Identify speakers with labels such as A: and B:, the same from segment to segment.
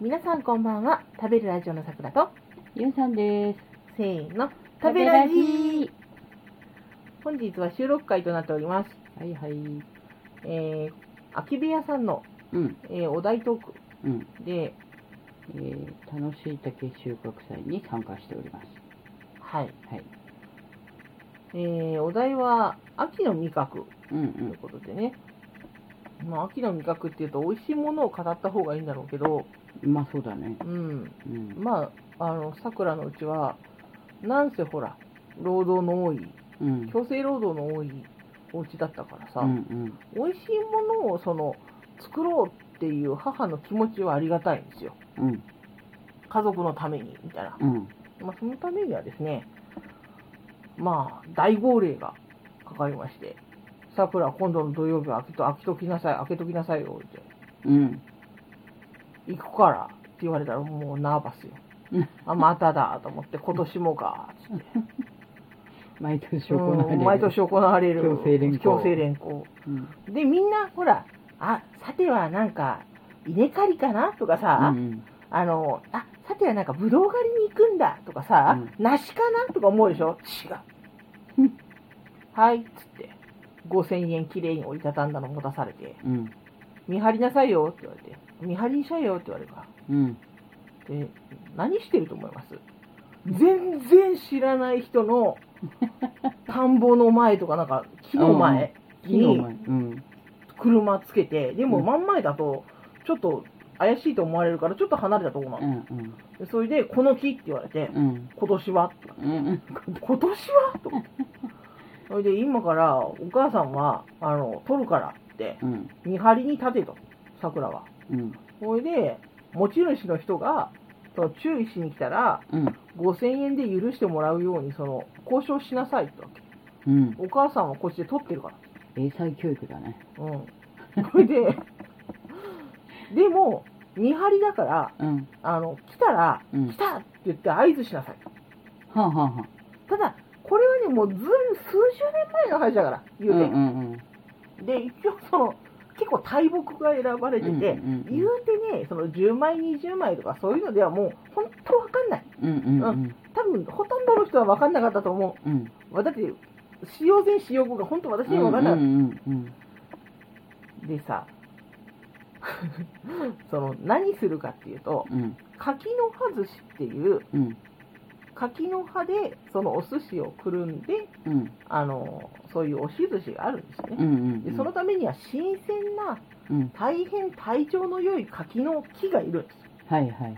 A: 皆さんこんばんは食べるラジオのさくらと
B: ゆうさんです。
A: せーの食べラジ本日は収録会となっております
B: はいはい。う
A: えー、空き部屋さんの、
B: ん、
A: えーお題トーク
B: うん。
A: で
B: えー、楽しい竹収穫祭に参加しております。
A: はい、
B: はい。
A: えー、お題は秋の味覚
B: うんう
A: ということでね、まあ、秋の味覚っていうと美味しいものを語った方がいいんだろうけど
B: ん。まあそうだね。
A: うん
B: うん。
A: まああのさくらのうちはなんせほら労働の多い
B: うん。
A: 強制労働の多いお家だったからさ、
B: うんうん。
A: 美味しいものをその作ろうっていう母の気持ちはありがたいんですよ
B: うん。
A: 家族のためにみたいな、
B: うん。
A: まあ、そのためにはですねまあ大号令がかかりまして「さくら今度の土曜日は開けと開けときなさい開けときなさいよ」って
B: うん。
A: 「行くから」って言われたらもうナーバスよ
B: うん
A: あまただと思って今年もかっつって
B: 毎年行われ
A: う
B: る。
A: ん毎年。行われる
B: 強制連行
A: 強制連行
B: うん。
A: でみんなほらあさてはなんか稲刈りかなとか
B: う
A: さ、
B: ん。
A: あのあさてはなんかぶどう狩りに行くんだとかさ、
B: う
A: 梨かなとか思うでしょ違
B: う
A: うんはいっつって5000円きれいに折りたたんだの持たされて
B: うん。
A: 見張りなさいよって言われて見張りにしゃいよって言われるから
B: うん。
A: で何してると思います全然知らない人 の田んぼの前とかなんか木の前
B: 木の
A: に
B: 前。うん。
A: 車つけてでも
B: うん
A: 真ん前だとちょっと怪しいと思われるからちょっと離れたところな
B: う
A: の、
B: んうん。
A: でそれで「この木」って言われて
B: うん。
A: 「今年は?」って
B: うん。
A: 「今年は?」と思ってそれで今からお母さんはあの取るからって
B: うん。
A: 見張りに立てと桜は
B: うん。
A: それで持ち主の人がその注意しに来たら
B: うん。
A: 5000円で許してもらうようにその交渉しなさいってわけ
B: うん。
A: お母さんはこっちで取ってるから
B: 英才教育だね。
A: うん。それで、 でも、見張りだから、
B: うん。
A: あの、来たら、
B: うん。
A: 来
B: は
A: たって言って合図しなさい。
B: あ、はあはあ、
A: ただ、これはね、もうずい数十年前の話だから、
B: う
A: 言
B: んう
A: うて。
B: んうん。
A: で、一応その、結構大木が選ばれてて、
B: うんうんうん
A: 言うてね、その10枚、20枚とかそういうのではもう、本当わかんない。
B: うんうんうん。
A: 多分、ほとんどの人はわかんなかったと思
B: うん。
A: う。だって、使用前、使用後が本当私にもわかんなかった。
B: うんうん
A: でさ その何するかっていうと
B: うんうん
A: 柿の葉寿司っていう
B: うん
A: 柿の葉でそのお寿司をくるんで
B: うん
A: あのそういう押し寿司があるんですよ
B: う
A: ね、
B: んうん
A: でそのためには新鮮な
B: うん
A: 大変体調の良い柿の木がいるんです
B: はいはいはい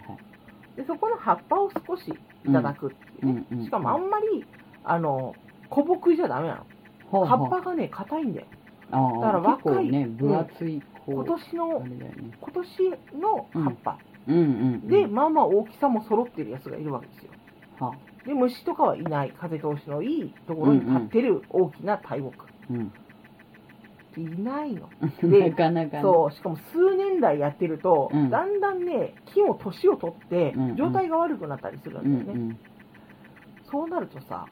A: でそこの葉っぱを少しいただくっていうね、
B: うんうんうん
A: しかもあんまりあの小ぼくじゃダメな
B: ほ
A: の
B: うほ
A: 葉
B: う
A: っぱがね硬いんだよ
B: ああ
A: だから若い
B: 結構ね分厚いこう
A: 今年の
B: あれだよね
A: 今年の葉っぱ、
B: うんうんうん
A: でまあまあ大きさも揃ってるやつがいるわけですよ
B: は
A: で虫とかはいない風通しのいいところに立ってる大きな大木、
B: うん
A: いないので
B: なかなかね
A: そうしかも数年来やってると、
B: うん
A: だんだんね木も年を取って
B: うんうん
A: 状態が悪くなったりするんだよ
B: う
A: ね、
B: んうん
A: そうなるとさ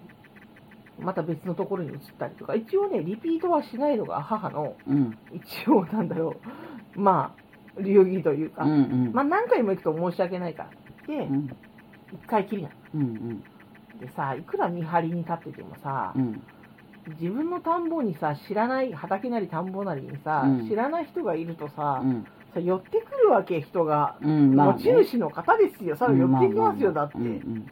A: また別のところに移ったりとか一応ねリピートはしないのが母の
B: うん
A: 一応なんだろうまあ流儀というか、
B: うんうん
A: まあ何回も行くと申し訳ないからで
B: うん
A: 一回きりな
B: うんうん
A: んでさいくら見張りに立っててもさ、
B: うん
A: 自分の田んぼにさ知らない畑なり田んぼなりにさ、
B: うん
A: 知らない人がいるとさ,、
B: うん
A: さ寄ってくるわけ人が、
B: うんまあね
A: 持ち主の方ですよさ寄
B: うんまあ
A: ってきますよ、
B: まあ
A: だって、
B: うん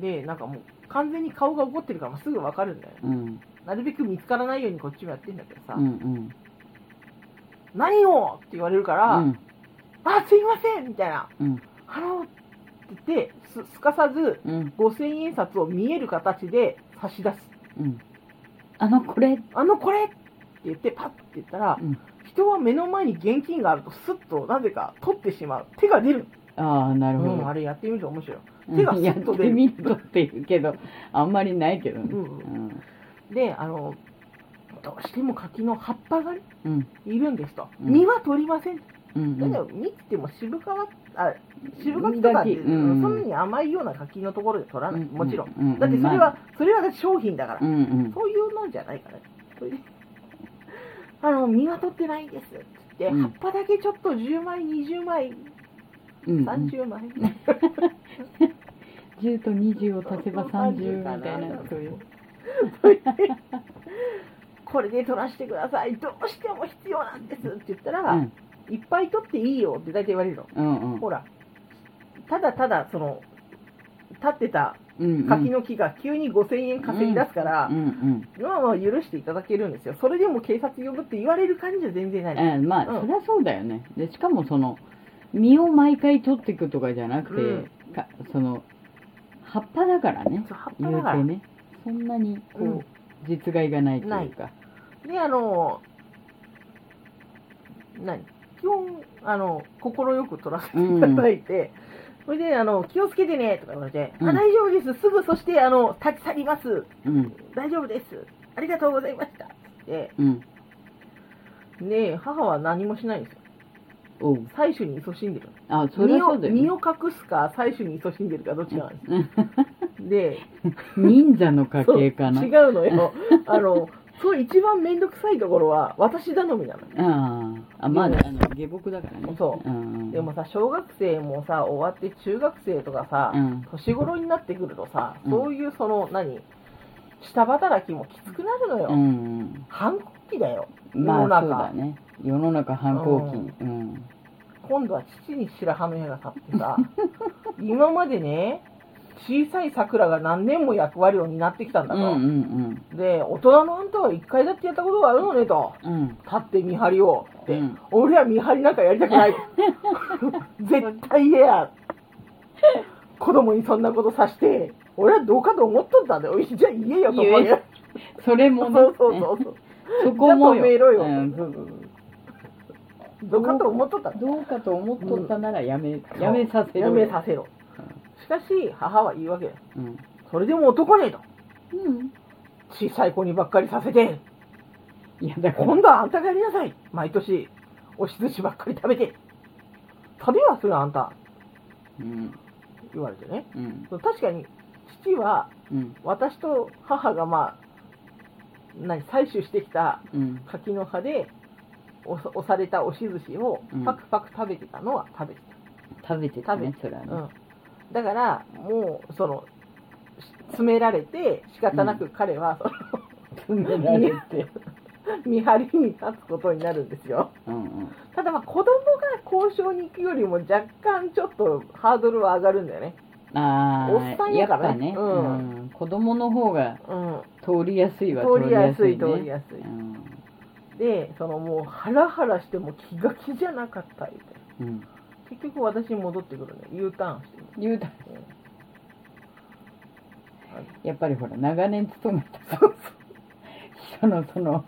A: でなんかもう完全に顔が怒ってるからすぐわかるんだよね
B: うんうん
A: なるべく見つからないようにこっちもやってんだけどさ「
B: うんうん
A: 何を!」って言われるから「
B: うん
A: あすいません!」みたいな
B: うん
A: 「あの」って言ってすすかさず
B: うん
A: 5000円札を見える形で差し出す
B: うんあのこれ
A: 「あのこれ!」って言ってパッて言ったら
B: う、ん
A: 人は目の前に現金があるとスッとなぜか取ってしまう手が出る、
B: ああな
A: う
B: るほど
A: ん、あれやってみると面白い手がス
B: やっ
A: ッと
B: て
A: 出る
B: みるとっていうけどあんまりないけどね
A: うんであのどうしても柿の葉っぱがね
B: うん
A: いるんですと、
B: うん
A: 実は取りませんだ
B: うん
A: け
B: うん
A: ど実っても渋皮あ渋柿とかって、
B: だけうんうん
A: そんなに甘いような柿のところで取らない、もちろん、
B: ん
A: だってそれ
B: まあ
A: はそれは商品だから、
B: うんうん
A: そういうのじゃないからねそれであの、実は取ってないんです。つって、
B: うん
A: 葉っぱだけちょっと10枚、20枚、
B: うんうん、
A: 30枚。
B: 10と20を足せば30みたいなそういう
A: これで取らせてください。どうしても必要なんですって言ったら、
B: うん
A: いっぱい取っていいよって大体言われるの。
B: うんうん
A: ほら、ただただ、その、立ってた
B: うん
A: 柿の木が急に5000円稼ぎ出すから、
B: うんうん
A: まあまあ許していただけるんですよ。それでも警察呼ぶって言われる感じは全然ない。
B: えーまあ、
A: うん
B: そりゃそうだよねでしかもその実を毎回取っていくとかじゃなくて、
A: うん
B: かその葉っぱだからね
A: そう葉っぱ
B: 言
A: だ
B: う
A: か
B: て
A: ら。
B: ねそんなにこう、
A: うん
B: 実害がないというか
A: で、あの、何基本、あの、心よく取らせていただいて、それで、あの、気をつけてね、とか言われて、
B: うん
A: あ、大丈夫です。すぐ、そして、あの、立ち去ります。
B: うん
A: 大丈夫です。ありがとうございました。って、
B: うん
A: ね母は何もしないんですよ。
B: おう
A: 採取に勤しんでる。
B: あそりゃ
A: 身
B: そ
A: を
B: うだよ、
A: 身
B: ね
A: を、隠すか、採取に勤しんでるか、どっちかなんですよ。 で、
B: 忍者の家系かな
A: そう違うのよ。あの、そう一番めんどくさいところは、私頼みなの。
B: あああまあ、
A: うん
B: あの下僕だからね
A: そう
B: うん、
A: でもさ、小学生もさ、終わって中学生とかさ、
B: うん
A: 年頃になってくるとさ、
B: うん
A: そういうその、何、下働きもきつくなるのよ。
B: うん
A: 反抗期だよ。
B: ま
A: 世の
B: あ
A: 中
B: そうだね世の中反抗期うん
A: 今度は父に白羽の矢が立って さ、今までね、小さい桜が何年も役割を担ってきたん
B: う
A: だ
B: ん
A: と。
B: うん
A: で、大人のあんたは一回だってやったことがあるのねと。
B: うんうん
A: 立って見張りをって、
B: うん
A: 俺は見張りなんかやりたく ない絶対嫌や子供にそんなことさして俺はどうかと思っとったんだよじゃあ言えよと思う
B: 言
A: よ
B: それ
A: そ
B: もね
A: うそうそうそう
B: そこも
A: じゃあ止めろよ
B: うんそうそうそう
A: どうかと思っとったんだよ
B: どうかと思っとったならやめ、やめさせろ
A: や
B: よ
A: めさせろしかし母は言うわけだよ
B: うん、
A: それでも男ねえと
B: うん、
A: 小さい子にばっかりさせて
B: いやだから
A: 今度はあんたがやりなさい毎年おし寿司ばっかり食べて食べはするあんた
B: うん
A: 言われてね
B: うん
A: 確かに父は
B: うん
A: 私と母がまあ何採取してきた
B: うん
A: 柿の葉で押さ押された押し寿司を
B: うん
A: パクパク食べてたのは食べて
B: 食べてたね
A: 食
B: それは
A: た、
B: ね
A: うんだからもうそのし詰められて仕方なく彼は
B: 詰められて
A: その見張りに立つことになるんですよ
B: うんうん
A: ただまあ子供が交渉に行くよりも若干ちょっとハードルは上がるんだよね
B: ああ
A: おっさんやからね
B: やっぱ
A: う
B: ね、うん、子供の方が
A: うん
B: 通りやすいは
A: 通りやすい
B: ね
A: 通りやすい
B: うん
A: でそのもうハラハラしてもう気が気じゃなかったみたいな
B: うん
A: 結局私に戻ってくるね U ターンしてる
B: 言うたやっぱりほら長年勤めた人のその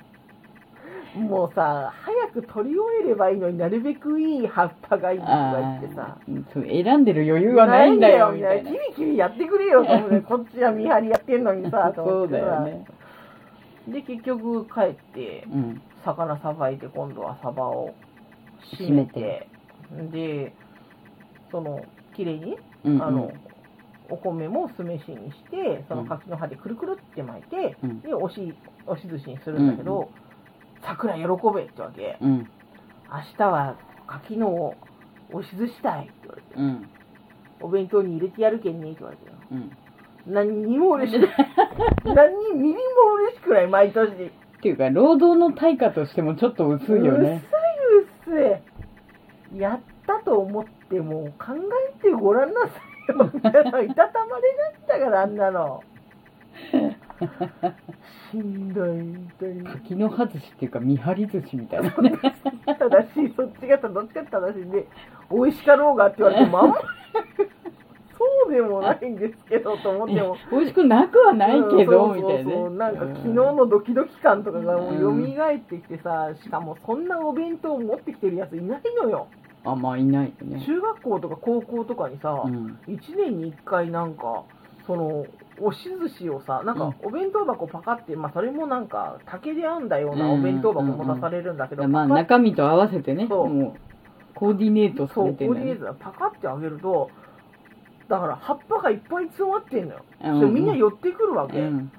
A: もうさ早く取り終えればいいのになるべくいい葉っぱがいいとか言ってさ
B: あーそう選んでる余裕はないんだよみたいな
A: キビキビやってくれよと思ってこっちは見張りやってんのにさと
B: そ
A: 思っ
B: うだ
A: てさ
B: よね
A: で結局帰って
B: うん
A: 魚さばいて今度はサバを締
B: 締め
A: め
B: て
A: てでその綺麗に
B: うんうん
A: あの、お米も酢飯にしてその柿の葉でくるくるって巻いて、
B: うん
A: でおしおし寿司にするんだけど、桜喜べってわけ
B: うん
A: 明日は柿のおし寿司だいって言われて
B: うん
A: お弁当に入れてやるけんねって言われて
B: うん
A: 何にも嬉しくない 何にミリも嬉しくない毎年うっ
B: っていうか労働の対価としてもちょっと薄いよね
A: せえうっせえやったと思ってもう考えてごらんなさいよ みたいないたたまれないんだからあんな のしんどいみたいな
B: 柿の葉寿司っていうか見張り寿司みたいなね
A: 正しいそっちが正しかった正しいんで美味しかろうがって言われてもあんまりそうでもないんですけどと思っても
B: 美味しくなくはないけどみたい
A: そうそうそ
B: な
A: うな
B: ね
A: んか昨日
B: うん
A: のドキドキ感とかがもう
B: うん
A: 蘇ってきてさ、しかもそんなお弁当持ってきてるやついないのよ、
B: あまあいないよね
A: 中学校とか高校とかにさ、
B: うん
A: 1年に1回なんかそのおし寿司をさなん
B: う
A: か
B: ん
A: お弁当箱パカって、まあ、それもなんか竹で編んだような
B: うん
A: お弁当箱も出されるんだけど、
B: まあ
A: パカ
B: 中身と合わせてね
A: そう
B: もうコーディネートさ
A: そ
B: れ
A: う
B: て
A: オ
B: る
A: リ
B: ん
A: エー
B: だね
A: ズがパカってあげるとだから葉っぱがいっぱい詰まってんのよ、
B: うん
A: それみんな寄ってくるわけ、
B: うん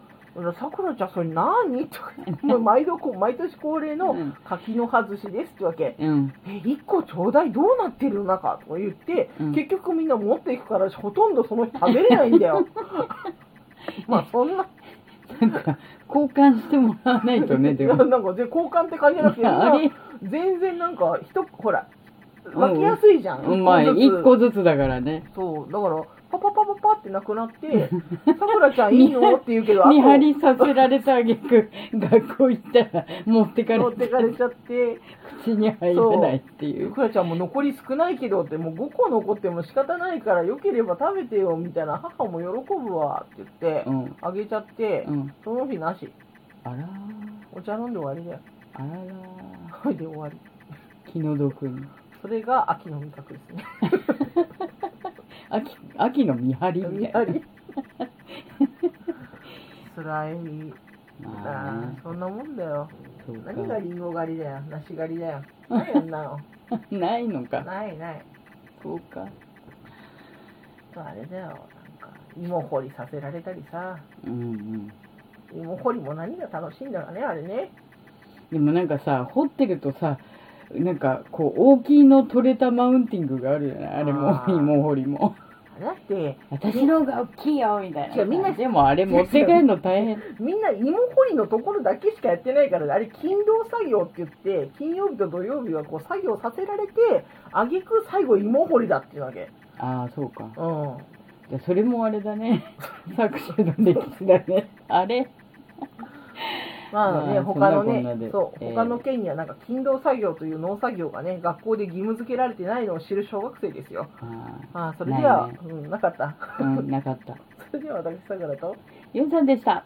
A: さくらちゃん、それ何とか、もう 毎度こう、毎年恒例の
B: うん
A: 柿の外しですってわけ。
B: うん。
A: え、1個ちょうだいどうなってるのかとか言って、
B: うん
A: 結局みんな持っていくから、ほとんどその人食べれないんだ よ。まあ、そんな。
B: なんか、交換してもらわないとね、でも。
A: なんか、で交換って感じじゃなくて、みん
B: あ
A: な
B: れ、
A: 全然なんか、ひと、ほら、
B: ん
A: 分けやすいじゃん。
B: うまい。
A: 一
B: 一
A: 個ず
B: 個ずつだからね。
A: つ。そう、だから、パパパパパってなくなって、さくらちゃんいいのって言うけど、あと
B: 見張りさせられた挙句、学校行ったら持ってかれ
A: 持っててかれちゃって。
B: 口に入らないっていう。
A: クラちゃんも残り少ないけどってもう5個残っても仕方ないからよければ食べてよみたいな母も喜ぶわって言って
B: うん。
A: あげちゃって
B: うん。
A: その日なし
B: あらー、
A: お茶飲んで終わりだよ
B: あらら
A: それで終わり
B: ー、気の毒に。
A: それが秋の味覚ですね
B: 秋、秋の見張りみ
A: や
B: た
A: はい
B: な。
A: りつらい
B: まあ
A: な
B: ね
A: あそんなもんだよ
B: そうか
A: 何がリンゴ狩りだよ梨狩りだよ何やんなの
B: ないの か。
A: ないない
B: そうか。
A: あれだよなんか芋掘りさせられたりさ
B: うんうん。
A: 芋掘りも何が楽しいんだろうねあれね
B: でもなんかさ、掘ってるとさ、なんかこう大きいの取れたマウンティングがあるよね。あれも
A: あ、ー
B: 芋掘りも。
A: だって
B: 私の方が大きいよ、みたい
A: いやみんな
B: でもあれ持って帰るの大変。
A: みんな芋掘りのところだけしかやってないから、あれ、勤労作業って言って、金曜日と土曜日はこう作業させられて、あげく最後芋掘りだっていうわけ。
B: ああ、そうか。
A: うん。
B: じゃあそれもあれだ ね。作詞の歴史だね。あれ
A: まあね、
B: まあ
A: 他の
B: そんなこんな
A: ね
B: で、
A: そう、
B: えー
A: 他の県にはなんか勤労作業という農作業がね、学校で義務付けられてないのを知る小学生ですよ。
B: あ
A: まあ、それでは、
B: ないね
A: うん、なかった。
B: あ、うん、なかった。
A: それでは私、さくらと。
B: ゆうさんでした。